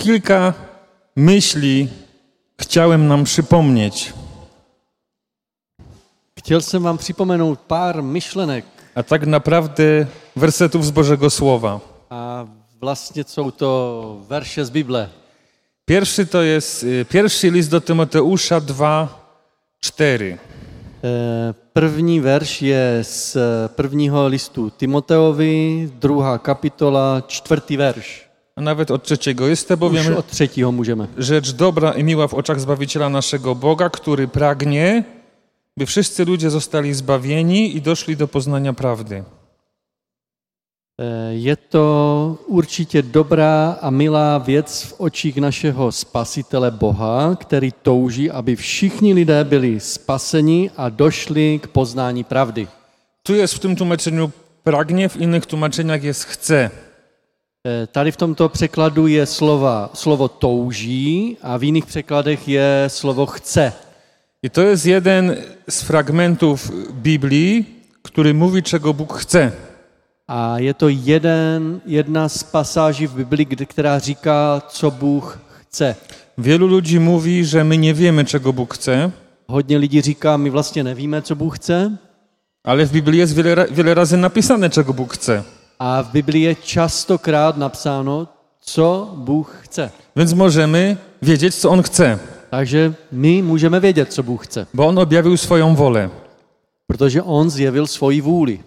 kilka myśli chciałem nam przypomnieć, Chtěl jsem vám připomenout pár myšlenek a tak naprawdę wersetów z Bożego Słowa. a vlastně jsou to verše z Bible. Pierwszy to jest y, pierwszy list do Tymoteusza 2, 4. Eh, První verš je z eh, prvního listu Timoteovi, druhá kapitola, čtvrtý verš. A nawet od trzeciego. Jest to Už bowiem od třetího můžeme. rzecz dobra i miła w oczach Zbawiciela naszego Boga, który pragnie, by wszyscy ludzie zostali zbawieni i doszli do poznania prawdy. Eh, Je to určitě dobrá a milá věc v očích našeho Spasitele Boha, který touží, aby všichni lidé byli spaseni a došli k poznání pravdy. Tu jest w tym tłumaczeniu pragnie, w innych tłumaczeniach jest chce. Eh, Tady v tomto překladu je slova, slovo touží a v jiných překladech je slovo chce. I to jest jeden z fragmentów Biblii, który mówi, czego Bóg chce. A je to jeden, jedna z pasáží v Bibli, kde- která říká, co Bůh chce. Wielu ludzi mówi, że my nie wiemy, czego Bóg chce, Hodně lidí říká, my vlastně nevíme, co Bůh chce, ale w Biblii jest wiele, ra- wiele razy napisane, czego Bůg chce. a v Biblii je častokrát napsáno, co Bůh chce. Więc możemy wiedzieć, co On chce, Takže my můžeme vědět, co Bůh chce, bo On objawił swoją wolę. protože On zjevil svoji vůli.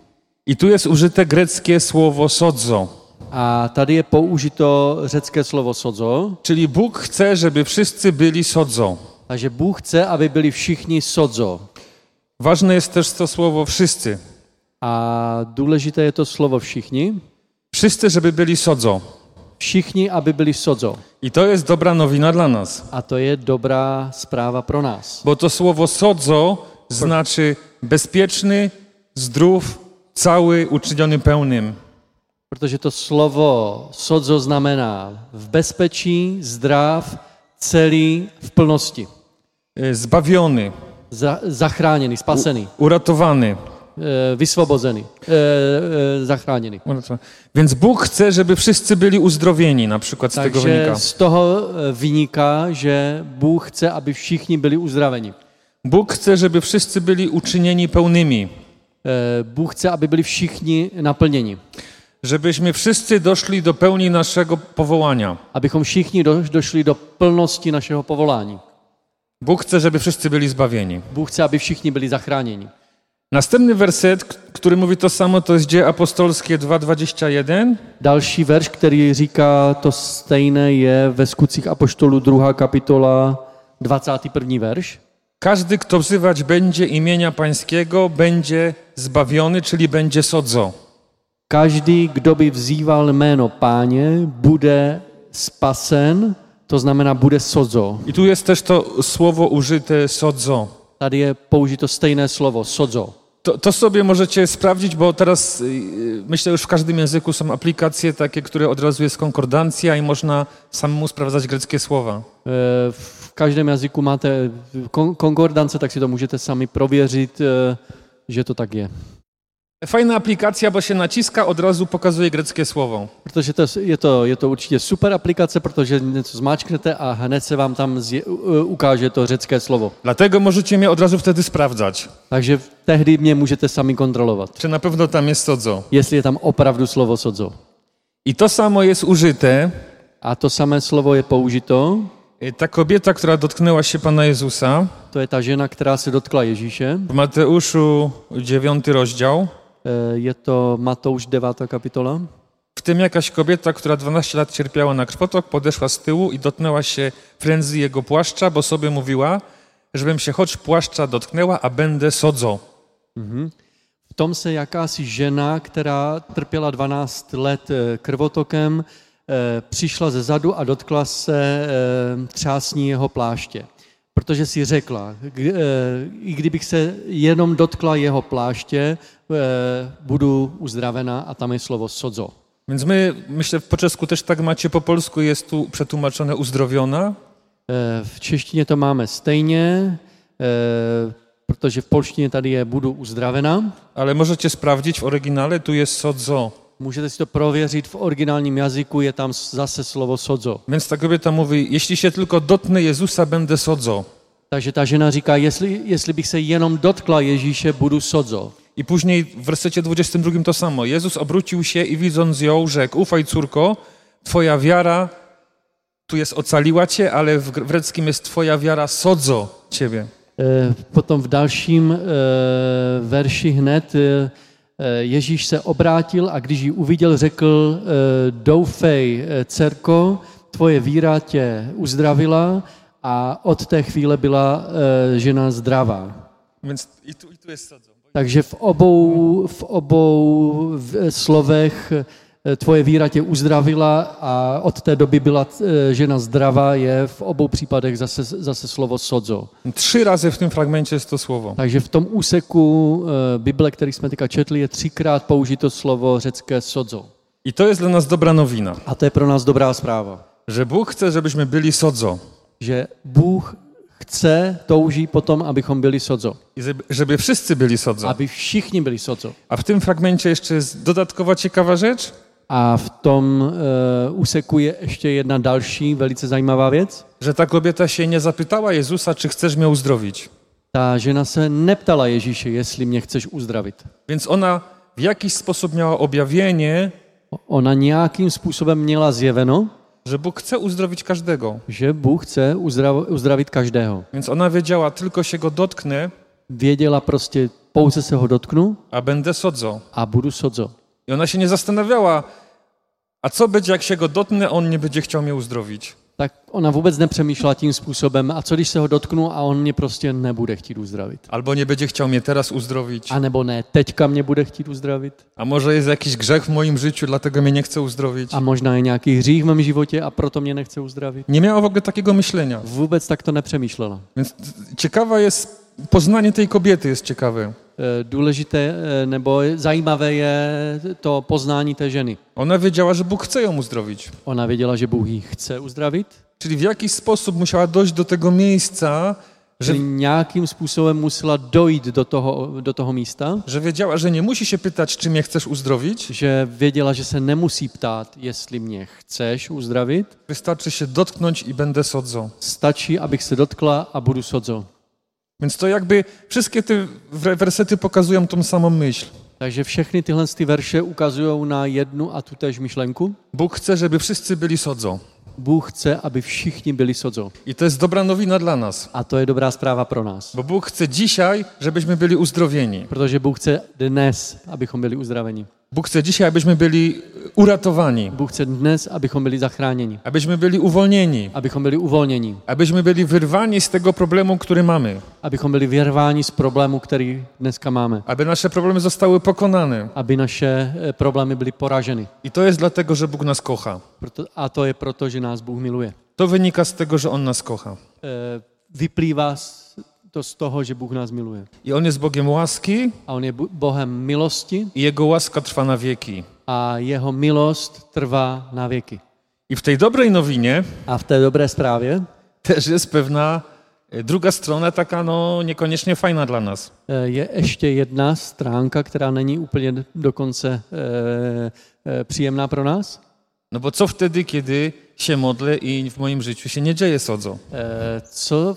I tu jest użyte greckie słowo sodzo, A tady je použito řecké slovo sozo, czyli Bóg chce, żeby wszyscy byli sodzo. takže Bůh chce, aby byli všichni sozo. Ważne jest też to słowo wszyscy. A důležité je to slovo všichni. Wszyscy, żeby byli sodzo. Všichni, aby byli sozo. I to jest dobra nowina dla nas, A to je dobrá zpráva pro nás. bo to słowo sodzo znaczy bezpieczny, zdrów, cały, uczyniony pełnym. Protože to slovo sodzo znamená v bezpečí, zdrav, celý, v plnosti. Y, Zbawiony, Za, zachráněný, spasený, uratowany. eh, vysvobozený, eh, eh, zachráněný. Uratowany. Więc Bóg chce, żeby wszyscy byli uzdrowieni, na przykład z tego Takže wynika. z toho eh, vyniká, že Bůh chce, aby všichni byli uzdraveni. Bóg chce, żeby wszyscy byli uczynieni pełnymi. Eh, Bůh chce, aby byli všichni naplněni. żebyśmy wszyscy doszli do pełni naszego powołania. Abychom všichni do, došli do plnosti našeho povolání. Bóg chce, żeby wszyscy byli zbawieni. Bůh chce, aby všichni byli zachráněni. Następny werset, k- który mówi to samo, to jest Dzieje Apostolskie 2:21. Další verš, který říká to stejné, je ve Skutcích Apoštolů 2. kapitola 21. verš. Każdy, kto wzywać będzie imienia Pańskiego, będzie zbawiony, czyli będzie sodzo. Každý, kdo by vzýval jméno páně, bude spasen, to znamená bude sodzo. I tu jest też to słowo użyte sodzo. Tady je použito stejné slovo, sodzo. To, to sobie możecie sprawdzić, bo teraz yy, myślę, już w każdym języku są aplikacje takie, które od razu jest konkordancja i można samemu sprawdzać greckie słowa. Eh, V každém jazyku máte kon- konkordance, tak si to můžete sami prověřit, eh, že to tak je. Fajna aplikacja, bo się naciska, od razu pokazuje greckie słowo. Protože to, je, to, je to určitě super aplikace, protože něco zmáčknete a hned se vám tam zje, u- ukáže to řecké slovo. Dlatego możecie mnie od razu wtedy sprawdzać, Takže v- tehdy mě můžete sami kontrolovat, czy na pewno tam jest sodzo. jestli je tam opravdu slovo sodzo. I to samo jest użyte. A to samé slovo je použito, Y, Ta kobieta, która dotknęła się Pana Jezusa, to je ta žena, která se dotkla Ježíše. E, w Mateuszu 9 rozdział, Eh, Je to Matouš 9. kapitola. w tym jakaś kobieta, która 12 lat cierpiała na krwotok, podeszła z tyłu i dotknęła się frędzy jego płaszcza, bo sobie mówiła, żebym się choć płaszcza dotknęła, a będę sodzo. V tom se jakási žena, která trpěla 12 let eh, krvotokem, eh, přišla ze zadu a dotkla se eh, třásní jeho pláště. Protože si řekla, k- eh, i kdybych se jenom dotkla jeho pláště, eh, budu uzdravena a tam je slovo sodzo. Więc my, myślę, po czesku też tak macie, po polsku jest tu przetłumaczone uzdrowiona, Eh, V češtině to máme stejně, eh, protože v polštině tady je budu uzdravena, Ale możecie sprawdzić w oryginale, tu jest sodzo. Můžete si to prověřit v originálním jazyku, je tam zase slovo sodzo. Więc ta kobieta mówi, jeśli się tylko dotnę Jezusa, będę sodzo. Takže ta žena říká, jestli, jestli bych se jenom dotkla Ježíše, budu sodzo. I później w wersecie 22 to samo. Jezus obrócił się i widząc ją, rzekł, ufaj córko, twoja wiara tu jest ocaliła cię, ale w gr- w greckim jest twoja wiara sodzo ciebie. Eh, Potom v dalším eh, verši hned eh, eh, Ježíš se obrátil a když ji uviděl, řekl, eh, doufej, eh, dcerko, tvoje víra tě uzdravila a od té chvíle byla eh, žena zdravá. Więc i tu, i tu jest sodzo. Takže v obou, v obou v- slovech eh, tvoje víra tě uzdravila a od té doby byla eh, žena zdravá, je v obou případech zase, zase slovo sodzo. Trzy razy w tym fragmencie jest to słowo. Takže v tom úseku eh, Bible, který jsme teďka četli, je třikrát použito slovo řecké sodzo. I to jest dla nas dobra nowina, A to je pro nás dobrá zpráva, że Bóg chce, żebyśmy byli sodzo že Bůh chce, touží potom, abychom byli sodzo. i żeby- żeby wszyscy byli sodzo. Aby všichni byli sodzo. A w tym fragmencie jeszcze jest dodatkowa ciekawa rzecz, A v tom eh, úseku je ještě jedna další velice zajímavá věc. że ta kobieta się nie zapytała Jezusa, czy chcesz mnie uzdrowić. Ta žena se neptala Ježíše, jestli mě chceš uzdravit. Więc ona w jakiś sposób miała objawienie, Ona nějakým způsobem měla zjeveno, że Bóg chce uzdrowić każdego. že Bůh chce uzdrav- uzdravit každého. Więc ona wiedziała, tylko się go dotknę, Věděla prostě, pouze se ho dotknu a będę sodzo. a budu sodzo. I ona się nie zastanawiała, a co będzie, jak się go dotknę, on nie będzie chciał mnie uzdrowić. Tak ona vůbec nepřemýšlela tím způsobem, a co když se ho dotknu a on mě prostě nebude chtít uzdravit. Albo nie będzie chciał mnie teraz uzdrowić. A nebo ne, teďka mě bude chtít uzdravit. A może jest jakiś grzech w moim życiu, dlatego mnie nie chce uzdrowić. A možná je nějaký hřích v mém životě a proto mě nechce uzdravit. Nie miała w ogóle takiego myślenia. Vůbec tak to nepřemýšlela. Więc t- ciekawa jest, poznanie tej kobiety jest ciekawe. Eh, Důležité eh, nebo zajímavé je to poznání té ženy. Ona wiedziała, że Bóg chce ją uzdrowić. Ona věděla, že Bůh ji chce uzdravit, Czyli w jakiś sposób musiała dojść do tego miejsca, że, že nějakým způsobem musela dojít do toho, do toho místa, że wiedziała, że nie musi się pytać, czy mnie chcesz uzdrowić. že věděla, že se nemusí ptát, jestli mě chceš uzdravit, Wystarczy się dotknąć i będę sodzą. stačí, abych se dotkla a budu sodzo. Więc to jakby wszystkie te wre- wersety pokazują tą samą myśl. Takže všechny tyhle ty verše ukazují na jednu a tutéž myšlenku. Bóg chce, żeby wszyscy byli sodzą. Bůh chce, aby všichni byli sodzo. I to jest dobra nowina dla nas. A to je dobrá zpráva pro nás. Bo Bůh chce dzisiaj, żebyśmy byli uzdrowieni. Protože Bůh chce dnes, abychom byli uzdraveni. Bóg chce dzisiaj, abyśmy byli e, uratowani, Bůh chce dnes, abychom byli zachráněni. abyśmy byli uwolnieni, Abychom byli uvolněni. abyśmy byli wyrwani z tego problemu, który mamy, abychom byli vyrváni z problému, který dneska máme. aby nasze problemy zostały pokonane. Aby naše eh, problémy byly poraženy. I to jest dlatego, że Bóg nas kocha. Proto, a to je proto, že nás Bůh miluje. To wynika z tego, że On nas kocha. Eh, Vyplývá z- to z toho, že Bůh nás miluje. I On jest Bogiem łaski A On je Bu- Bohem milosti i Jego łaska trwa na wieki. a jeho milost trvá na věky. I w tej dobrej nowinie A v té dobré zprávě też jest pewna y, druga strona, taka no niekoniecznie fajna dla nas. eh, je ještě jedna stránka, která není úplně dokonce eh, eh, příjemná pro nás. No bo co wtedy, kiedy się modlę i w moim życiu się nie dzieje sodzo? Eh, Co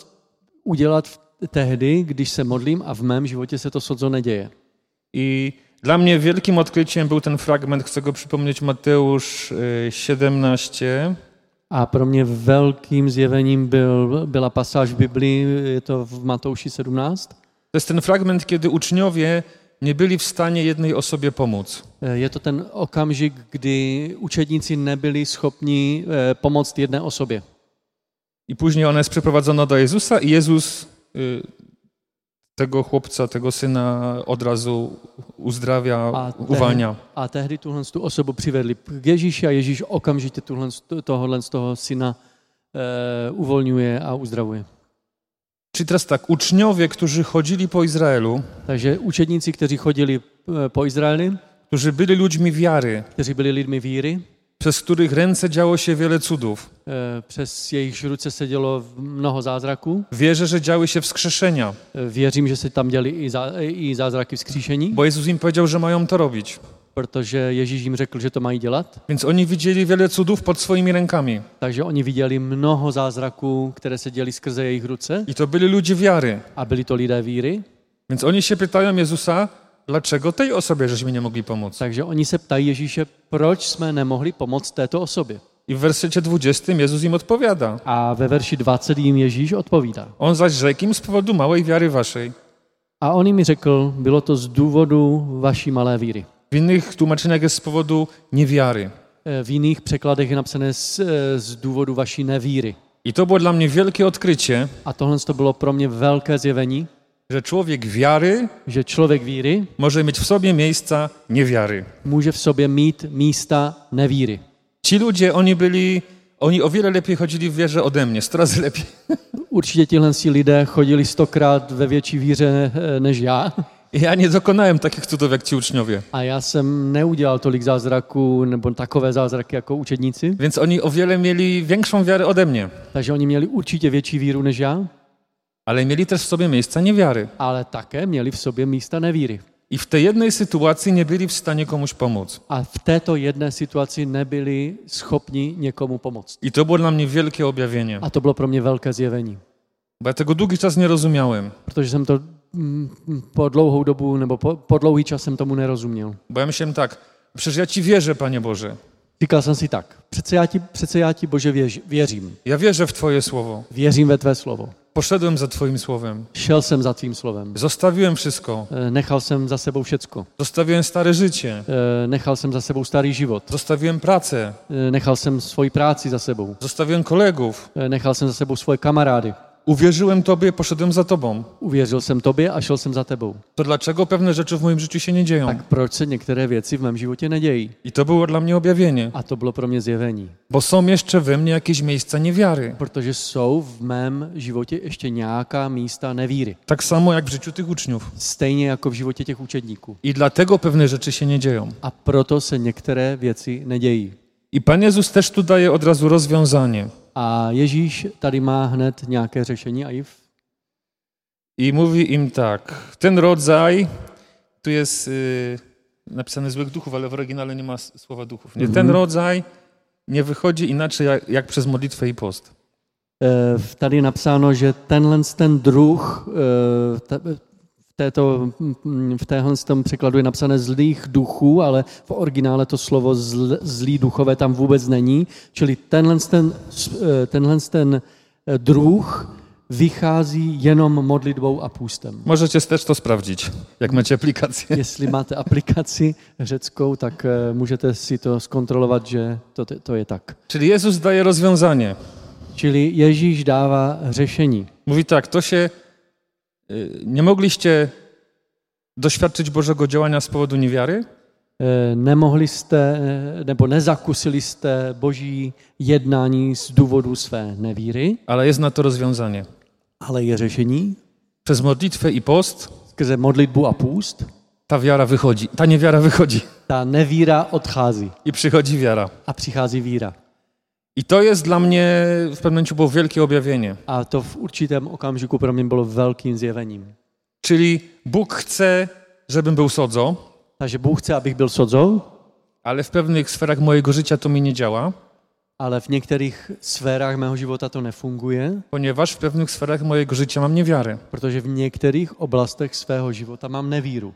udělat v- tehdy, když se modlím a v mém životě se to sodzo neděje? I dla mnie wielkim odkryciem był ten fragment, chcę go przypomnieć, Mateusz y, 17. A pro mě velkým zjevením byl, byla pasáž v Biblii, je to v Matouši 17. To jest ten fragment, kiedy uczniowie nie byli w stanie jednej osobie pomóc. Eh, Je to ten okamžik, kdy učedníci nebyli schopni eh, pomoct jedné osobě. I później ona jest przeprowadzona do Jezusa i Jezus y, tego chłopca, tego syna od razu uzdrawia, A ten- uwalnia. A tehdy tuhle tu osobu přivedli k Ježíši a Ježíš okamžitě tuhle, tohohle z toho syna eh, uvolňuje a uzdravuje. Czyli teraz tak, uczniowie, którzy chodzili po Izraelu, Takže učedníci, kteří chodili eh, po Izraeli, którzy byli ludźmi wiary, kteří byli lidmi víry, przez których ręce działo się wiele cudów. eh, přes jejich ruce se dělo mnoho zázraků. Wierzę, że działy się wskrzeszenia, Eh, Věřím, že se tam děli i, zá, i zázraky vzkříšení, bo Jezus im powiedział, że mają to robić. protože Ježíš jim řekl, že to mají dělat. Więc oni widzieli wiele cudów pod swoimi rękami. Takže oni viděli mnoho zázraků, které se děly skrze jejich ruce I to byli ludzie wiary. a byli to lidé víry. Więc oni się pytają Jezusa, dlaczego tej osobie żeśmy nie mogli pomóc? Takže oni se ptají Ježíše, proč jsme nemohli pomoct této osobě. I w wersecie 20 Jezus im odpowiada. A ve verši 20 jim Ježíš odpovídá. On zaś rzekł im z powodu małej wiary waszej. A on jim řekl, bylo to z důvodu vaší malé víry. W innych tłumaczeniach jest z powodu niewiary. Eh, V jiných překladech je napsané z, eh, z důvodu vaší nevíry. I to było dla mnie wielkie odkrycie, A tohle to bylo pro mě velké zjevení, że człowiek wiary že člověk víry może mieć w sobie miejsca niewiary. může v sobě mít místa nevíry. Ci ludzie, oni byli, oni o wiele lepiej chodzili w wierze ode mnie, sto razy lepiej. Určitě tihle si lidé chodili stokrát ve větší víře eh, než já Ja nie dokonałem takich cudów jak ci uczniowie. a já jsem neudělal tolik zázraků nebo takové zázraky jako učedníci, Więc oni o wiele mieli większą wiarę ode mnie, takže oni měli určitě větší víru než já, ale mieli też w sobie miejsca niewiary. ale také měli v sobě místa nevíry. I w tej jednej sytuacji nie byli w stanie komuś pomóc. A v této jedné situaci nebyli schopni někomu pomoct. I to było dla mnie wielkie objawienie, A to bylo pro mě velké zjevení, bo ja tego długi czas nie rozumiałem. protože jsem to mm, mm, po dlouhou dobu nebo po, po dlouhý čas jsem tomu nerozuměl. Bo ja myślałem tak, przecież ja Ci wierzę, Panie Boże. Říkal jsem si tak, přece já ti, přece já ti Bože věř, věřím, Ja wierzę w Twoje słowo. věřím ve tvé slovo, Poszedłem za Twoim słowem. šel jsem za tvým slovem, Zostawiłem wszystko. Eh, nechal jsem za sebou všecko, Zostawiłem stare życie. Eh, nechal jsem za sebou starý život, Zostawiłem pracę. Eh, nechal jsem svoji práci za sebou, Zostawiłem kolegów. Eh, nechal jsem za sebou svoje kamarády, Uwierzyłem Tobie, poszedłem za Tobą. uvěřil jsem tobě a šel jsem za tebou. To dlaczego pewne rzeczy w moim życiu się nie dzieją? Tak proč se některé věci v mém životě nedějí? I to było dla mnie objawienie. A to bylo pro mě zjevení. Bo są jeszcze we mnie jakieś miejsca niewiary. Protože jsou v mém životě ještě nějaká místa nevíry. Tak samo jak w życiu tych uczniów. Stejně jako v životě těch učedníků. I dlatego pewne rzeczy się nie dzieją. A proto se některé věci nedějí. I Pan Jezus też tu daje od razu rozwiązanie. A Ježíš tady má hned nějaké řešení a i v... I mówi im tak, ten rodzaj, tu jest y, napisane złych duchów, ale w oryginale nie ma s- słowa duchów. Nie, Ten rodzaj nie wychodzi inaczej jak, jak przez modlitwę i post. Eh, v- tady je napsáno, že tenhle ten druh, eh, ta- v, této, mm, v téhle tom překladu je napsané zlých duchů, ale v originále to slovo zl, zlý duchové tam vůbec není. Čili tenhle ten, s- eh, tenhle ten eh, druh vychází jenom modlitbou a půstem. Możecie też to sprawdzić, jak macie aplikację. Jestli máte aplikaci řeckou, tak eh, můžete si to zkontrolovat, že to, to je tak. Czyli Jezus daje rozwiązanie. Čili Ježíš dává řešení. Mówi tak, to się, y, nie mogliście doświadczyć Bożego działania z powodu niewiary? Eh, Nemohli jste, eh, nebo nezakusili jste boží jednání z důvodu své nevíry, Ale jest na to rozwiązanie. ale je řešení Przez modlitwę i post skrze modlitbu a půst. ta wiara wychodzi, ta niewiara wychodzi Ta nevíra odchází i przychodzi wiara. a přichází víra. I to jest dla mnie w pewnym momencie było wielkie objawienie. A to v určitém okamžiku pro mě bylo velkým zjevením. Czyli Bóg chce, żebym był sodzą, Takže Bůh chce, abych byl sodzou, ale w pewnych sferach mojego życia to mi nie działa, ale v některých sférách mého života to nefunguje, ponieważ w pewnych sferach mojego życia mam niewiary. protože v některých oblastech svého života mám nevíru.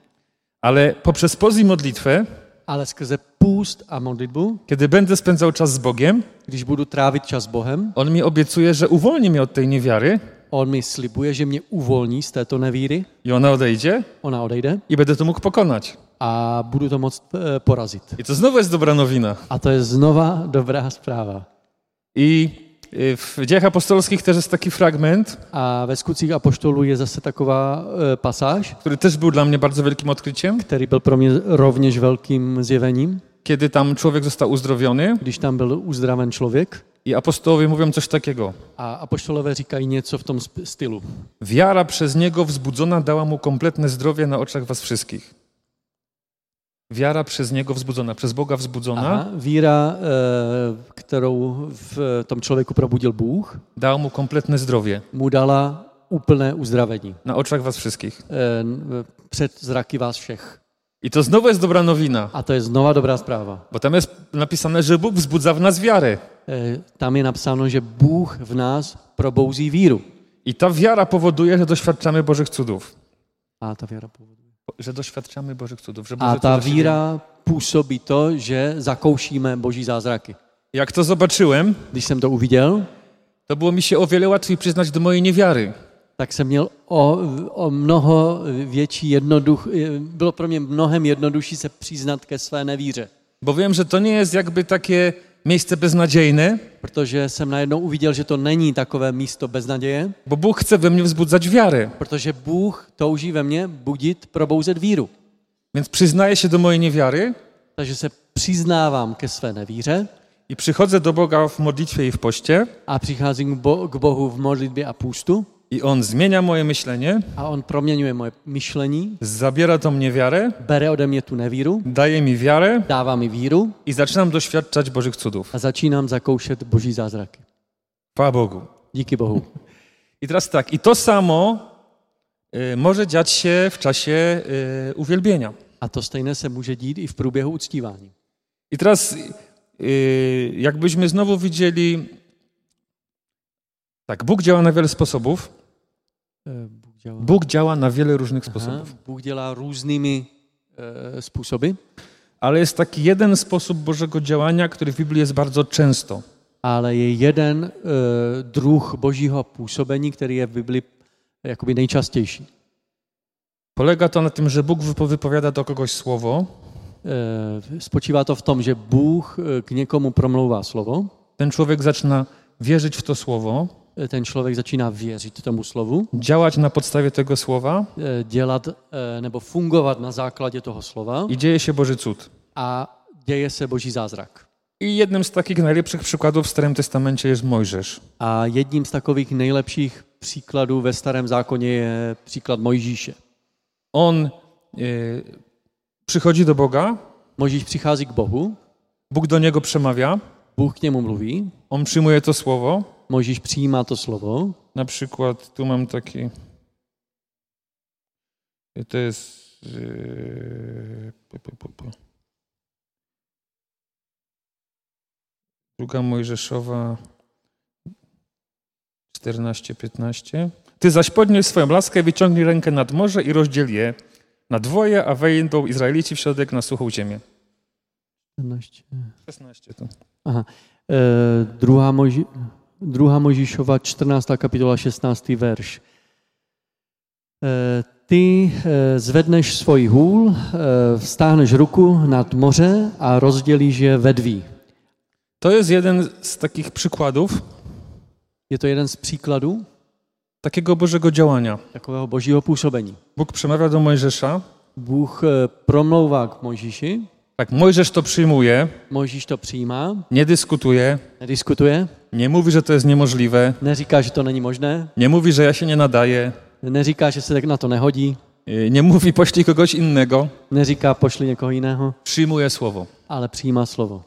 Ale poprzez poz i modlitwę, Ale skrze půst a modlitbu, kiedy będę spędzał czas z Bogiem, když budu trávit čas s Bohem, On mi obiecuje, że uwolni mnie od tej niewiary On mi slibuje, že mě uvolní z této nevíry, i ona odejdzie ona odejde i będę to mógł pokonać. a budu to moct eh, porazit. I to znowu jest dobra nowina. A to je znova dobrá zpráva. I y, w dziejach apostolskich też jest taki fragment, A ve skutcích Apoštolů je zase taková eh, pasáž, który też był dla mnie bardzo wielkim odkryciem, který byl pro mě rovněž velkým zjevením, kiedy tam człowiek został uzdrowiony když tam byl uzdraven člověk I apostołowie mówią coś takiego. a Apoštolové říkají něco v tom sp- stylu. Wiara przez niego wzbudzona dała mu kompletne zdrowie na oczach was wszystkich. Wiara przez niego wzbudzona, przez Boga wzbudzona, Aha, víra, eh, kterou v tom člověku probudil Bůh, dała mu kompletne zdrowie mu dala úplné uzdravení na oczach was wszystkich. eh, n- před zraky vás všech. I to znowu jest dobra nowina, A to je znova dobrá zpráva. bo tam jest napisane, že Bůh wzbudza w nas wiarę. Eh, Tam je napsáno, že Bůh v nás probouzí víru. I ta wiara powoduje, że doświadczamy Bożych cudów. A ta víra povodí. Że doświadczamy Bożych cudów. Że Boże A ta cuda się dzieją. víra působí to, že zakoušíme boží zázraky. Jak to zobaczyłem, Když jsem to uviděl, to było mi się o wiele łatwiej przyznać do mojej niewiary. tak jsem měl o, o mnoho větší jednoduch, eh, bylo pro mě mnohem jednodušší se přiznat ke své nevíře. Bo wiem, że to nie jest jakby takie miejsce beznadziejne, Protože jsem najednou uviděl, že to není takové místo beznaděje, bo Bóg chce we mnie wzbudzać wiarę. protože Bůh touží ve mně budit, probouzet víru. Więc przyznaję się do mojej niewiary Takže se přiznávám ke své nevíře i przychodzę do Boga w modlitwie i w poście a přicházím k Bo- k Bohu v modlitbě a půstu i On zmienia moje myślenie, a On proměňuje moje myšlení, zabiera to mnie wiarę, bere ode mě tu nevíru, daje mi wiarę dává mi víru i zaczynam doświadczać Bożych cudów. a začínám zakoušet boží zázraky. Chwała Bogu. Díky Bohu. I teraz tak, i to samo y, może dziać się w czasie y, uwielbienia. A to stejné se může dít i v průběhu uctívání. I teraz y, jakbyśmy znowu widzieli, tak, Bůh działa na wiele sposobów. Eh, Bůh dělá, Bóg działa na wiele różnych Aha, sposobów. Bůh dělá různými eh, způsoby, Ale jest taki jeden sposób Bożego działania, który w Biblii jest bardzo często. ale je jeden eh, druh božího působení, který je v Bibli eh, jakoby nejčastější. Polega to na tym, że Bóg wypo- wypowiada do kogoś słowo, Eh, Spočívá to v tom, že Bůh eh, k někomu promlouvá slovo, ten człowiek zaczyna wierzyć w to słowo, eh, ten člověk začíná věřit tomu slovu, działać na podstawie tego słowa eh, dělat eh, nebo fungovat na základě toho slova i dzieje się Boży cud. a děje se boží zázrak. I jednym z takich najlepszych przykładów w Starym Testamencie jest Mojżesz. A jedním z takových nejlepších příkladů ve Starém zákoně je příklad Mojžíše. On y, przychodzi do Boga, Mojžíš přichází k Bohu, Bóg do niego przemawia, Bůh k němu mluví, on przyjmuje to słowo. Mojžíš přijímá to slovo, Na przykład tu mam taki. To jest. yy, pu, pu, pu, pu. Druga Mojżeszowa 14-15. Ty zaś podnieś swoją laskę, wyciągnij rękę nad morze i rozdziel je na dwoje, a wejdą Izraelici w środek na suchą ziemię. 16 to. Aha. E, druhá, Moži, druhá Možišova, 14. kapitola, 16. verš. E, ty e, zvedneš svůj hůl, e, vztáhneš ruku nad moře a rozdělíš je ve dví. To jest jeden z takich przykładów Je to jeden z příkladů takiego Bożego działania. takového božího působení. Bóg przemawia do Mojżesza, Bůh e, promlouvá k Mojžíši, Tak, Mojżesz to przyjmuje, Mojžíš to přijímá, nie dyskutuje, nediskutuje, nie mówi, że to jest niemożliwe, neříká, že to není možné, nie mówi, že ja się nie nadaję, neříká, že se tak na to nehodí, y, nie mówi poślij kogoś innego, neříká pošli někoho jiného, przyjmuje słowo. ale přijímá slovo.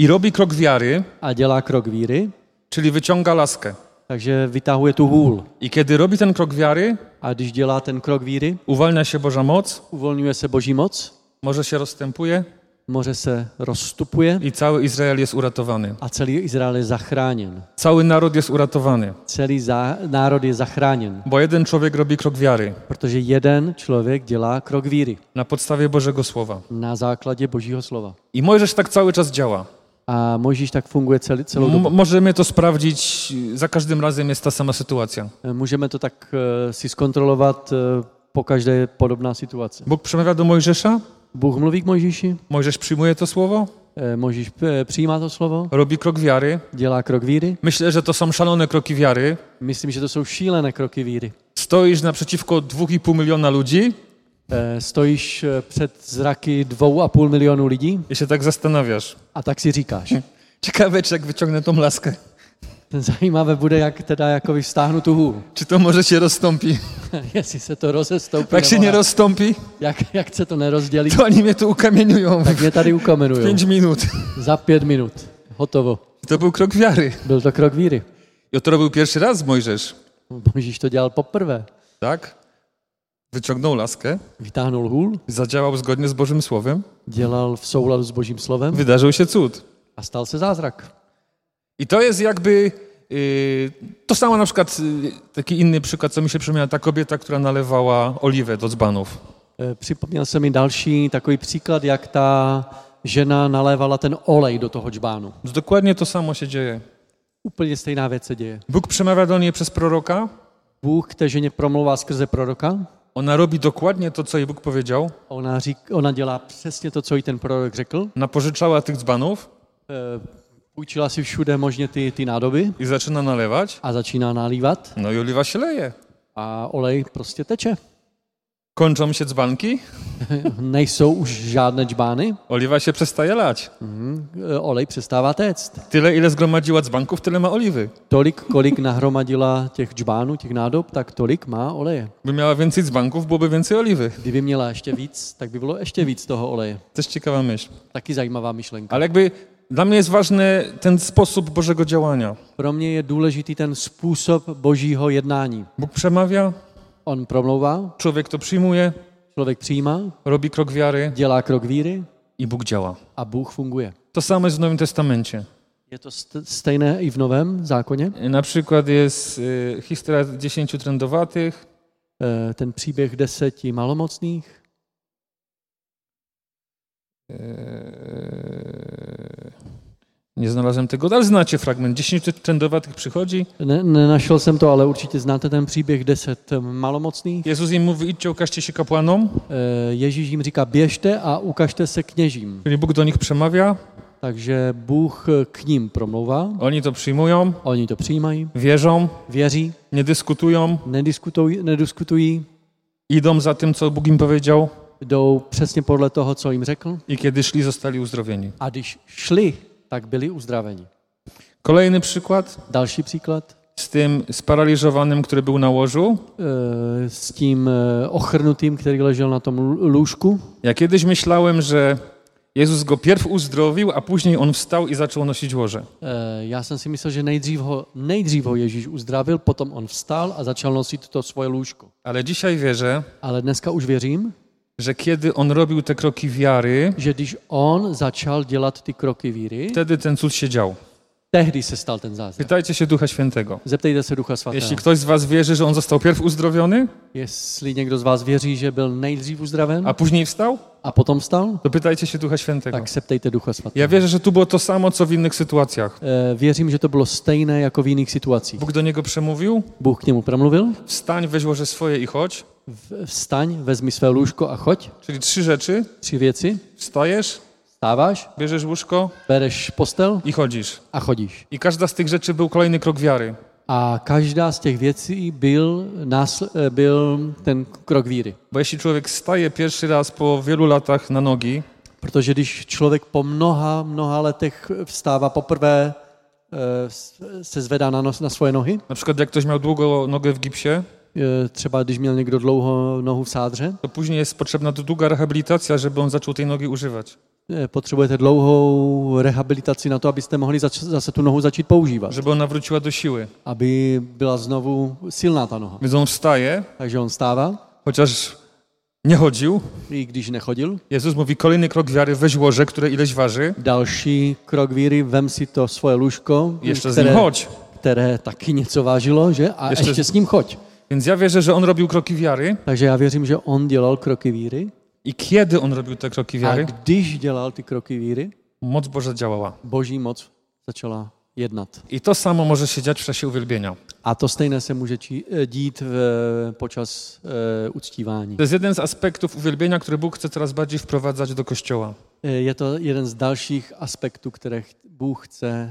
I robi krok wiary, a dělá krok víry, czyli wyciąga laskę. takže vytahuje tu hůl. I kiedy robi ten krok wiary, A když dělá ten krok víry, uwalnia się Boża moc, uvolňuje se boží moc, morze się rozstępuje moře se rozstupuje i cały Izrael jest uratowany. a celý Izrael je zachráněn. Cały naród jest uratowany, Celý zá, národ je zachráněn, bo jeden człowiek robi krok wiary protože jeden člověk dělá krok víry na podstawie Bożego Słowa. na základě božího slova. I Mojżesz tak cały czas działa. A Mojžíš tak funguje celý, celou M- dobu. możemy to sprawdzić, y, za każdym razem jest ta sama sytuacja. Můžeme to tak eh, si zkontrolovat, eh, po každé je podobná situace. Bóg przemawia do Mojżesza, Bůh mluví k Mojžíši, Mojżesz przyjmuje to słowo, eh, Mojžíš eh, přijímá to slovo, robi krok wiary. dělá krok víry. Myślę, że to są szalone kroki wiary. Myslím, že to jsou šílené kroky víry. Stoisz naprzeciwko 2,5 miliona ludzi Eh, Stojíš eh, před zraky dvou a půl milionu lidí i się tak zastanawiasz. a tak si říkáš. Ciekawe, czy jak wyciągnę tą laskę, Zajímavé bude, jak teda jako vystáhnu tu hůl. czy to może się rozstąpi. Jestli se to rozestoupí, Bo jak się nebo nie ne. rozstąpi, jak, jak se to nerozdělí, to oni mnie tu ukamieniują tak mě tady w ukamenují. 5 minut. Za pět minut. Hotovo. To był krok wiary. Byl to krok víry. I to robił pierwszy raz Mojżesz, Božíš to dělal poprvé. tak? Wyciągnął laskę, vytáhnul hůl, zadziałał zgodnie z Bożym Słowem, dělal v souladu s božím slovem wydarzył się cud. a stal se zázrak. I to jest jakby. y, To samo na przykład, y, taki inny przykład, co mi się przypomniała, ta kobieta, która nalewała oliwę do dzbanów. Eh, Připomněl se mi další takový příklad, jak ta žena nalévala ten olej do toho džbánu. To Dokładnie to samo się dzieje. Úplně stejná věc se děje. Bóg przemawia do niej przez proroka, Bůh k té ženě promlouvá skrze proroka, ona robi dokładnie to, co jej Bůg powiedział, ona, řík, ona dělá přesně to, co jí ten prorok řekl, napożyczała tych dzbanów Eh, půjčila si všude možně ty, ty nádoby i zaczyna nalewać, a začíná nalívat no i oliwa się leje. a olej prostě teče. Kończą się dzbanki, Nejsou už žádné džbány, oliwa się przestaje lać. eh, olej přestává téct. Tyle, ile zgromadziła dzbanków, tyle ma oliwy. Tolik, kolik nahromadila těch džbánů, těch nádob, tak tolik má oleje. By miała więcej dzbanków, byłoby więcej oliwy. Kdyby měla ještě víc, tak by bylo ještě víc toho oleje. Też ciekawa myśl. Taky zajímavá myšlenka. Ale jakby dla mnie jest ważny ten sposób Bożego działania. Pro mě je důležitý ten způsob božího jednání. Bóg przemawia, On promlouvá, człowiek to przyjmuje, člověk přijímá, robi krok wiary dělá krok víry i Bóg działa. a Bůh funguje. To samo jest w Nowym Testamencie. Je to st- stejné i v Novém zákoně. Na przykład jest y, historia dziesięciu trędowatych, Eh, Ten příběh deseti malomocných, y, nie znalazłem tego, ale znacie fragment. Dziesięciu trędowatych przychodzi, ne- nenašel jsem to, ale určitě znáte ten příběh deset malomocných. Jezus im mówi, idźcie, ukażcie się kapłanom, Eh, Ježíš jim říká, běžte a ukažte se kněžím. czyli Bóg do nich przemawia, Takže Bůh k ním promlouvá, oni to przyjmują, oni to přijímají, wierzą, věří, nie dyskutują, nediskutují, nediskutují idą za tym, co Bóg im powiedział jdou přesně podle toho, co jim řekl. i kiedy szli, zostali uzdrowieni. A když šli, tak byli uzdraveni. Kolejny przykład Další příklad z tym sparaliżowanym, który był na łożu. eh, s tím eh, ochrnutým, který ležel na tom lů- lůžku. Ja kiedyś myślałem, że Jezus go pierw uzdrowił, a później on wstał i zaczął nosić łoże. Eh, Já jsem si myslel, že nejdřív ho, nejdřív ho Ježíš uzdravil, potom on vstal a začal nosit to svoje lůžko. Ale dzisiaj wierzę, Ale dneska už věřím, że kiedy on robił te kroki wiary, že když on začal dělat ty kroky víry, wtedy ten cud się dział. tehdy se stal ten zázrak. Pytajcie się Ducha Świętego. Zeptejte se Ducha Svatého. Jeśli ktoś z was wierzy, że on został pierw uzdrowiony, Jestli někdo z vás věří, že byl nejdřív uzdraven a później wstał, a potom vstal, to pytajcie się Ducha Świętego. tak se ptejte Ducha Svatého. Ja wierzę, że tu było to samo, co w innych sytuacjach. Eh, Věřím, že to bylo stejné jako v jiných situacích. Bóg do niego przemówił, Bůh k němu promluvil, wstań, weź łoże swoje i chodź. "V- vstaň, vezmi své lůžko a choď. Czyli trzy rzeczy. Tři věci, Wstajesz, stáváš, bierzesz łóżko bereš postel i chodzisz. a chodíš. I każda z tych rzeczy był kolejny krok wiary. A každá z těch věcí byl, násl- eh, byl ten krok víry. Bo jeśli człowiek staje pierwszy raz po wielu latach na nogi, Protože když člověk po mnoha, mnoha letech vstává poprvé, eh, s- se zvedá na, nos, na svoje nohy, na przykład jak ktoś miał długo nogę w gipsie, eh, třeba když měl někdo dlouho nohu v sádře, to później jest potrzebna długa rehabilitacja, żeby on zaczął tej nogi używać. eh, potřebujete dlouhou rehabilitaci na to, abyste mohli zač- zase tu nohu začít používat. Żeby ona wróciła do siły. aby byla znovu silná ta noha. Więc on wstaje, Takže on stává, chociaż nie chodził. i když nechodil. Jezus mówi, kolejny krok wiary, weź łoże, które ileś waży, Další krok víry, vem si to svoje lůžko, jeszcze z které, nim chodź. které taky něco vážilo, že? Ještě A ještě, ještě z- s ním choď. Więc ja wierzę, że on robił kroki wiary. Takže já věřím, že on dělal kroky víry. I kiedy on robił te kroki A wiary, když dělal ty kroky víry, moc Boża działała. boží moc začala jednat. I to samo może się dziać w czasie uwielbienia. A to stejné se může čí, eh, dít v, počas e, uctívání. To jest jeden z aspektów uwielbienia, który Bóg chce coraz bardziej wprowadzać do Kościoła. E, Je to jeden z dalších aspektů, které ch- Bůh chce e,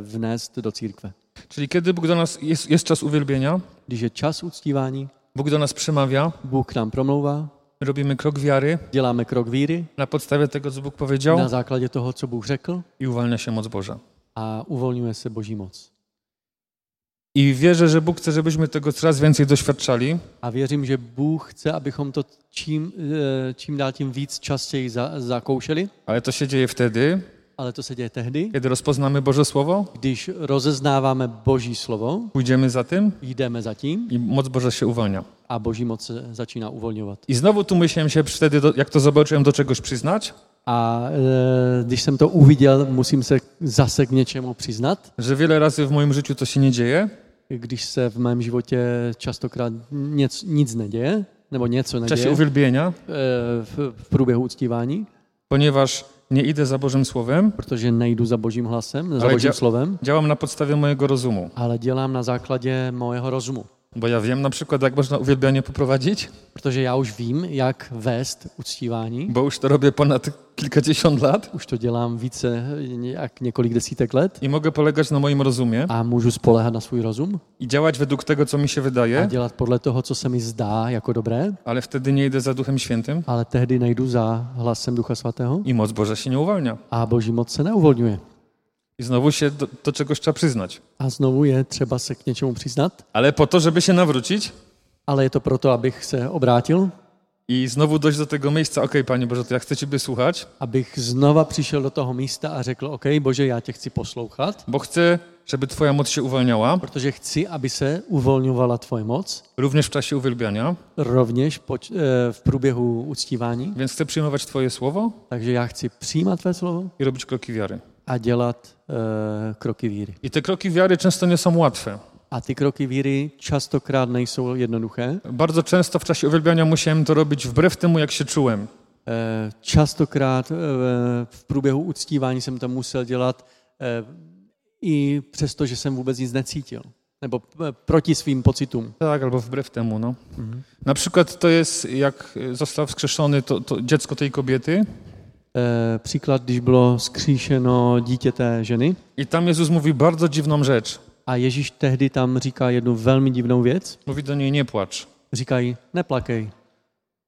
vnést do církve. Czyli kiedy Bóg do nas jest, jest czas uwielbienia, Když je čas uctívání, Bóg do nas przemawia, Bůh k nám promlouvá, robimy krok wiary děláme krok víry na podstawie tego, co Bůg powiedział na základě toho, co Bůh řekl i uwalnia się moc Boża. a uvolňuje se Boží moc. I wierzę, że Bóg chce, żebyśmy tego coraz więcej doświadczali, A věřím, že Bůh chce, abychom to čím, eh, čím dál tím víc častěji za, zakoušeli, ale to się dzieje wtedy, Ale to se děje tehdy, Kiedy rozpoznamy Boże Słowo, když rozeznáváme Boží slovo, pójdziemy za tym jdeme za tím i moc Boże się uwalnia. a Boží moc se začíná uvolňovat. I znowu tu musiałem się wtedy, do, jak to zobaczyłem, do czegoś przyznać, A e, když jsem to uviděl, musím se zase k něčemu přiznat, że wiele razy w moim życiu to się nie dzieje, když se v mém životě častokrát nic, nic neděje, nebo něco w czasie neděje e, uwielbienia, v, v průběhu uctívání, ponieważ nie idę za Bożym Słowem, protože nejdu za Božím hlasem, za Ale Božím dě- slovem, działam na podstawie mojego rozumu. ale dělám na základě mého rozumu. Bo ja wiem na przykład, jak można uwielbianie poprowadzić, Protože já už vím, jak vést uctívání. bo już to robię ponad kilkadziesiąt lat Už to dělám více jak několik desítek let i mogę polegać na moim rozumie a můžu spolehat na svůj rozum i działać według tego, co mi się a wydaje, dělat podle toho, co se mi zdá jako dobré, ale wtedy nie idę za Duchem Świętym ale tehdy nejdu za hlasem Ducha Svatého i moc Boża się nie uwalnia. a Boží moc se neuvolňuje. I znowu się do, do czegoś trzeba przyznać. A znovu je třeba se k něčemu přiznat, Ale po to, żeby się nawrócić ale je to proto, abych se obrátil, i znowu dojść do tego miejsca, okej, Panie Boże, to ja chcę Ciebie słuchać, abych znova přišel do toho místa a řekl, OK, Bože, já tě chci poslouchat, bo chcę, żeby Twoja moc się uwalniała, protože chci, aby se uvolňovala tvoje moc, również v czasie uwielbiania, rovněž poč- eh, v průběhu uctívání. więc chcę przyjmować Twoje słowo Takže já chci přijímat tvé slovo i robić kroki wiary. a dělat eh, kroky víry. I te kroki wiary często nie są łatwe. A ty kroky víry častokrát nejsou jednoduché. Bardzo często w czasie uwielbiania musiałem to robić wbrew temu, jak się czułem. Eh, častokrát eh, v průběhu uctívání jsem to musel dělat eh, i přesto, že jsem vůbec nic necítil. Nebo eh, proti svým pocitům. Tak, albo wbrew temu, no. Na przykład to jest, jak y, został wskrzeszony to, to dziecko tej kobiety Eh, Příklad, když bylo skříšeno dítě té ženy i tam Jezus mówi bardzo dziwną rzecz. a Ježíš tehdy tam říká jednu velmi divnou věc. Mówi do niej, nie płacz. Říkají, neplakej.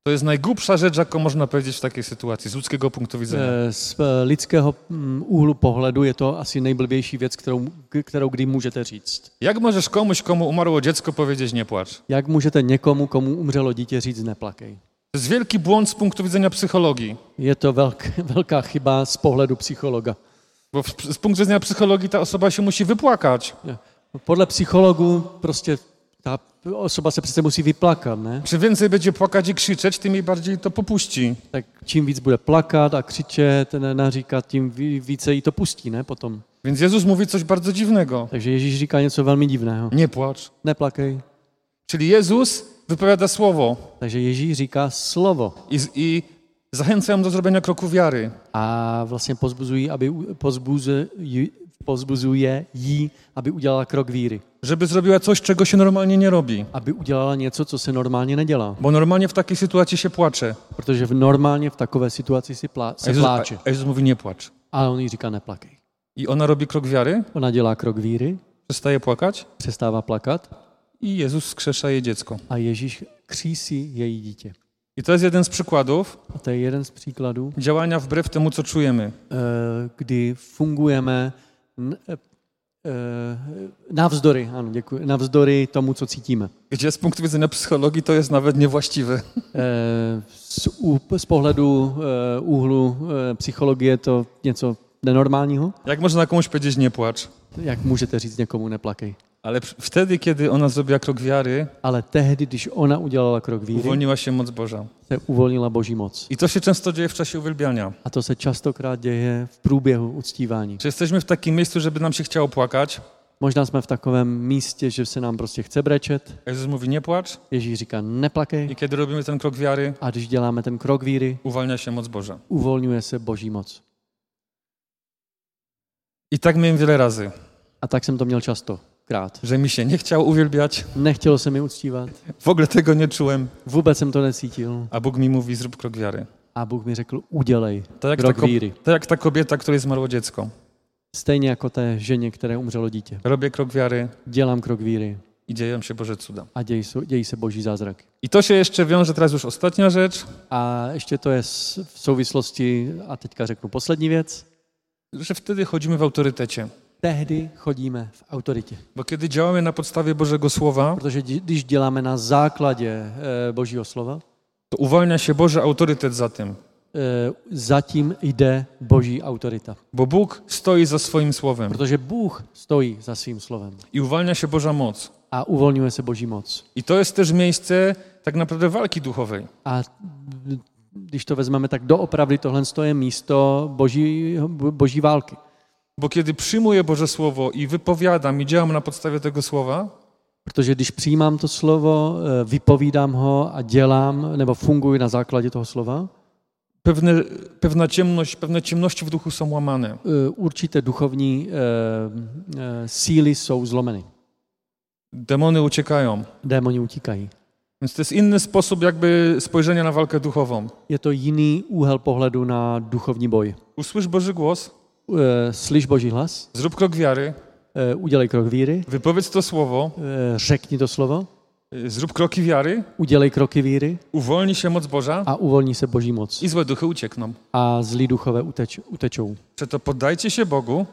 To jest najgłupsza rzecz, jaką można powiedzieć w takiej sytuacji, z ludzkiego punktu widzenia. Eh, Z eh, lidského mm, úhlu pohledu je to asi nejblbější věc, kterou, k- kterou kdy můžete říct. Jak możesz komuś, komu umarło dziecko, powiedzieć nie płacz? Jak můžete někomu, komu umřelo dítě, říct neplakej? To jest wielki błąd z punktu widzenia psychologii. Je to velk, velká chyba z pohledu psychologa. Bo w- z punktu widzenia psychologii ta osoba się musi vypłakać. Je- Eh, Podle psychologů prostě ta osoba se přece musí vyplakat, ne? Czym więcej będzie płakać i krzyczeć, tym jej bardziej to popuści. Tak čím víc bude plakat a křičet, ne- naříkat, tím ví- více jí to pustí, ne? Potom. Więc Jezus mówi coś bardzo dziwnego. Takže Ježíš říká něco velmi divného. Nie płacz. Neplakej. Czyli Jezus wypowiada słowo Takže Ježíš říká slovo. i, z- i zachęca ją do zrobienia kroku wiary. a vlastně pozbuzují, aby u- pozbuzuje, pozbuzuje jí, aby udělala krok víry. Żeby zrobiła coś, czego się normalnie nie robi. Aby udělala něco, co se normálně nedělá. Bo normalnie v takiej sytuacji się płacze. Protože v normálně v takové situaci si plá, A se Jezus, a pláče. a Jezus mówi nie płacz. Ale on jí říká neplakej. I ona robi krok wiary, Ona dělá krok víry, przestaje płakać přestává plakat i Jezus skrzesza jej dziecko. a Ježíš křísí její dítě. I to jest jeden z przykładów A to je jeden z příkladů, działania wbrew temu, co czujemy. eh, kdy fungujeme n- eh, eh, navzdory, ano, děkuji, navzdory tomu, co cítíme. Gdzie z punktu widzenia psychologii to jest nawet niewłaściwe. Eh, Z, ú- z pohledu eh, úhlu eh, psychologie je to něco nenormálního. Jak można komuś powiedzieć nie płacz? Jak můžete říct někomu neplakej? Ale pr- wtedy, kiedy ona zrobiła krok wiary, Ale tehdy, když ona udělala krok víry, uwolniła się moc Boża. se uvolnila boží moc. I to się często dzieje w czasie uwielbiania. A to se častokrát děje v průběhu uctívání. Czy jesteśmy w takim miejscu, żeby nam się chciało płakać? Možná jsme v takovém místě, že se nám prostě chce brečet. A Jezus mówi nie płacz. Ježíš říká neplakej. I kiedy robimy ten krok wiary, A když děláme ten krok víry, uwalnia się moc Boża. uvolňuje se boží moc. I tak miałem wiele razy, A tak jsem to měl často. Krát. że mi się nie chciało uwielbiać, Nechtělo se mi uctívat, w ogóle tego nie czułem, vůbec jsem to necítil. a Bóg mi mówi zrób krok wiary. A Bůh mi řekl, udělej To jak, ta, krok ko- víry. to jak ta kobieta, której zmarło dziecko. Stejně jako té ženě, které umřelo dítě. Robię krok wiary Dělám krok víry i dzieją się Boże cuda. a dějí, se- dějí se boží zázraky. I to się jeszcze wiąże, teraz już ostatnia rzecz, A ještě to je s- v souvislosti, a teďka řeknu poslední věc, że wtedy chodzimy w autorytecie. tehdy chodíme v autoritě. Bo kiedy działamy na podstawie Bożego Słowa, Protože di- když děláme na základě eh, božího slova, to uwalnia się Boży autorytet za tym. eh, zatím jde boží autorita. Bo Bóg stoi za swoim słowem Protože Bůh stojí za svým slovem i uwalnia się Boża moc. a uvolňuje se boží moc. I to jest też miejsce tak naprawdę walki duchowej. A když to vezmeme, tak doopravdy tohle je místo boží, boží války. Bo kiedy przyjmuję Boże Słowo i wypowiadam i działam na podstawie tego słowa, Protože když přijímám to slovo, eh, vypovídám ho a dělám nebo funguji na základě toho slova, pewne, pewna ciemność, pewne ciemności w duchu są łamane. eh, určité duchovní eh, eh, síly jsou zlomeny. Demony uciekają. Démoni utíkají. Więc to jest inny sposób jakby spojrzenia na walkę duchową. Je to jiný úhel pohledu na duchovní boj. Usłysz Boży głos, Eh, Slyš Boží hlas, zrób krok wiary, eh, udělej krok víry, wypowiedz to słowo, eh, řekni to slovo, y, zrób kroki wiary, udělej kroky víry uwolni się moc Boża a uvolní se Boží moc. i złe duchy uciekną. A zlí duchové uteč, utečou. Przeto poddajcie się Bogu,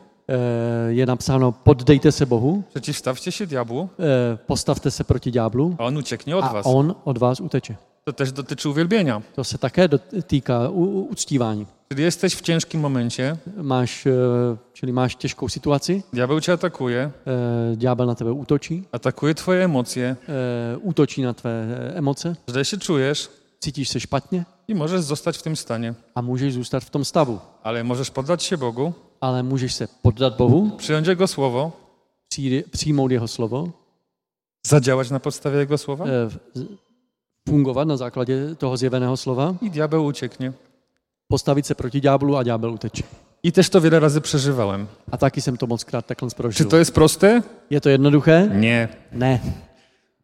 Eh, Je napsáno, poddejte se Bohu, przeciwstawcie się diabłu, eh, postavte se proti ďáblu a on ucieknie od a was. on od vás uteče. To też dotyczy uwielbienia. To se také dotýká u- u- uctívání. Kiedy jesteś w ciężkim momencie, Máš, eh, čili máš těžkou situaci, diabeł cię atakuje, eh, ďábel na tebe útočí, atakuje twoje emocje, eh, útočí na tvé eh, emoce, źle się czujesz cítíš se špatně i możesz zostać w tym stanie. a můžeš zůstat v tom stavu. Ale możesz poddać się Bogu, Ale můžeš se poddat Bohu, przyjąć Jego słowo, přijde- přijmout jeho slovo, zadziałać na podstawie Jego słowa eh, v- z- fungovat na základě toho zjeveného slova, i diabeł ucieknie. postavit se proti ďáblu a ďábel uteče. I też to wiele razy przeżywałem. A taky jsem to moc krát takhle Czy prožil. to jest proste? Je to jednoduché? Nie. Ne.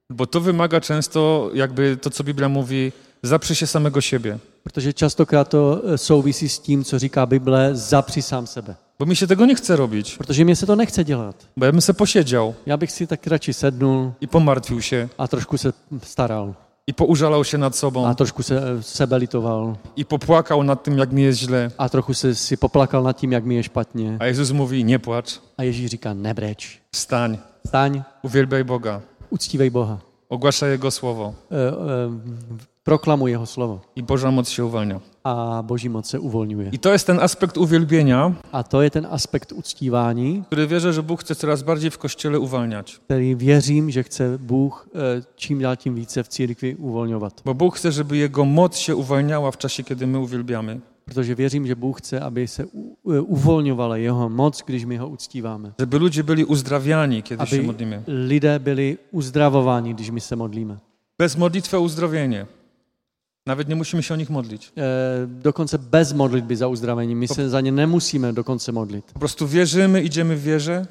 Bo to wymaga często, jakby to, co Biblia mówi, zaprzy się samego siebie. Protože častokrát to eh, souvisí s tím, co říká Bible, zapři sám sebe. Bo mi się tego nie chce robić. Protože mě se to nechce dělat. Bo ja bym se posiedział Já bych si tak radši sednul i pomartwił się, a trošku se staral. i poużalał się nad sobą, A trošku se eh, sebelitoval. i popłakał nad tym, jak mi jest źle. A trochu se si poplakal nad tím, jak mi je špatně. A Jezus mówi, nie płacz, A Ježíš říká, nebreč. wstań, Staň, uwielbiaj Boga, uctívej Boha. E, ogłaszaj Jego słowo Eh, eh, Proklamuj jeho slovo. i Boża moc się uwalnia. A boží moc se uvolňuje. I to jest ten aspekt uwielbienia, A to je ten aspekt uctívání, który wierzę, że Bůg chce coraz bardziej v kościele uwalniać. který věřím, že chce Bůh eh, čím dál tím více v církvi uvolňovat. Bo Bůh chce, żeby Jego moc się uwalniała w czasie, kiedy my uwielbiamy. Protože věřím, že Bůh chce, aby se u- eh, uvolňovala jeho moc, když my ho uctíváme. Żeby ludzie byli uzdrawiani, kiedy się Aby modlimy. lidé byli uzdravováni, když my se modlíme. Bez modlitwy o uzdrowienie. Nawet nie musimy się o nich modlić. Eh, Dokonce bez modlitby za uzdravení. My se za ně nemusíme dokonce modlit. Po prostu wierzymy, idziemy w wierze,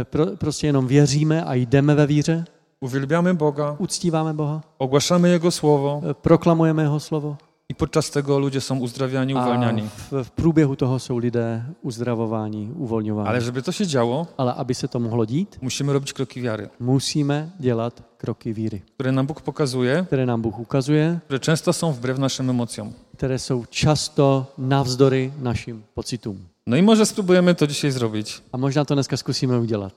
Eh, Pro, prostě jenom věříme a jdeme ve víře, uwielbiamy Boga, uctíváme Boha, ogłaszamy Jego słowo eh, proklamujeme jeho slovo i podczas tego ludzie są uzdrawiani, a uwalniani. v, v průběhu toho jsou lidé uzdravováni, uvolňováni. Ale żeby to się działo, Ale aby se to mohlo dít, musimy robić kroki wiary, musíme dělat kroky víry, które nam Bóg pokazuje, které nám Bůh ukazuje, które często są wbrew naszym emocjom. které jsou často navzdory našim pocitům. No i może spróbujemy to dzisiaj zrobić. A možná to dneska zkusíme udělat.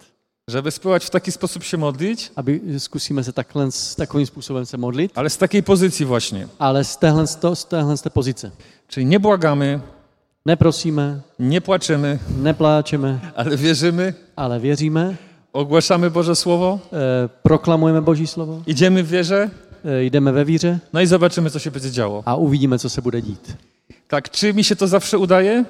Żeby spróbować w taki sposób się modlić, Aby zkusíme se takhle, s takovým způsobem se modlit, ale z takiej pozycji właśnie. ale z téhle, z to, z téhle z té pozice. Czyli nie błagamy, Neprosíme, nie płaczemy, nepláčeme, ale wierzymy, ale věříme, ogłaszamy Boże Słowo, eh, proklamujeme Boží slovo, idziemy w wierze, eh, jdeme ve víře no i zobaczymy, co się będzie działo. a uvidíme, co se bude dít. Tak, czy mi się to zawsze udaje?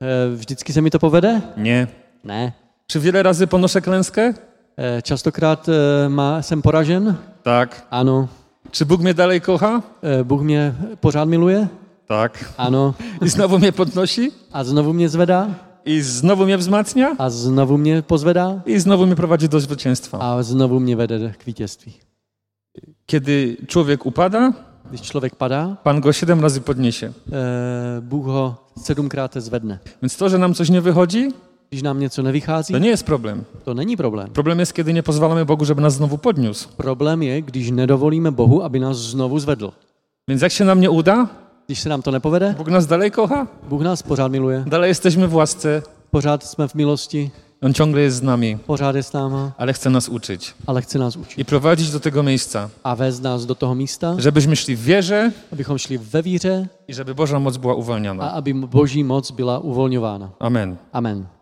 Eh, Vždycky se mi to povede? Nie. Ne. Czy wiele razy ponoszę klęskę? Eh, Častokrát eh, má, jsem poražen? Tak. Ano. Czy Bóg mnie dalej kocha? Eh, Bůh mě pořád miluje? Tak. Ano. I znowu mnie podnosi? A znovu mě zvedá? I znowu mnie wzmacnia? A znovu mě pozvedá? I znowu mnie prowadzi do zwycięstwa. A znovu mě vede k vítězství. Kiedy człowiek upada, Když člověk padá, Pan go siedem razy podniesie. eh, Bůh ho sedmkrát zvedne. Więc to, że nam coś nie wychodzi, Když nám něco nevychází, to nie jest problem. to není problém. Problem jest, kiedy nie pozwalamy Bogu, żeby nas znowu podniósł. Problém je, když nedovolíme Bohu, aby nás znovu zvedl. Więc jak się nam nie uda, Když se nám to nepovede, Bóg nas dalej kocha, Bůh nás pořád miluje, dalej jesteśmy w łasce, pořád jsme v milosti On ciągle jest z nami, pořád je s náma, ale chce nas uczyć ale chce nás učit i prowadzić do tego miejsca, a vést nás do toho místa, żebyśmy szli w wierze abychom šli ve víře i żeby Boża moc była a uwalniana. aby boží moc byla uvolňována. Amen. Amen.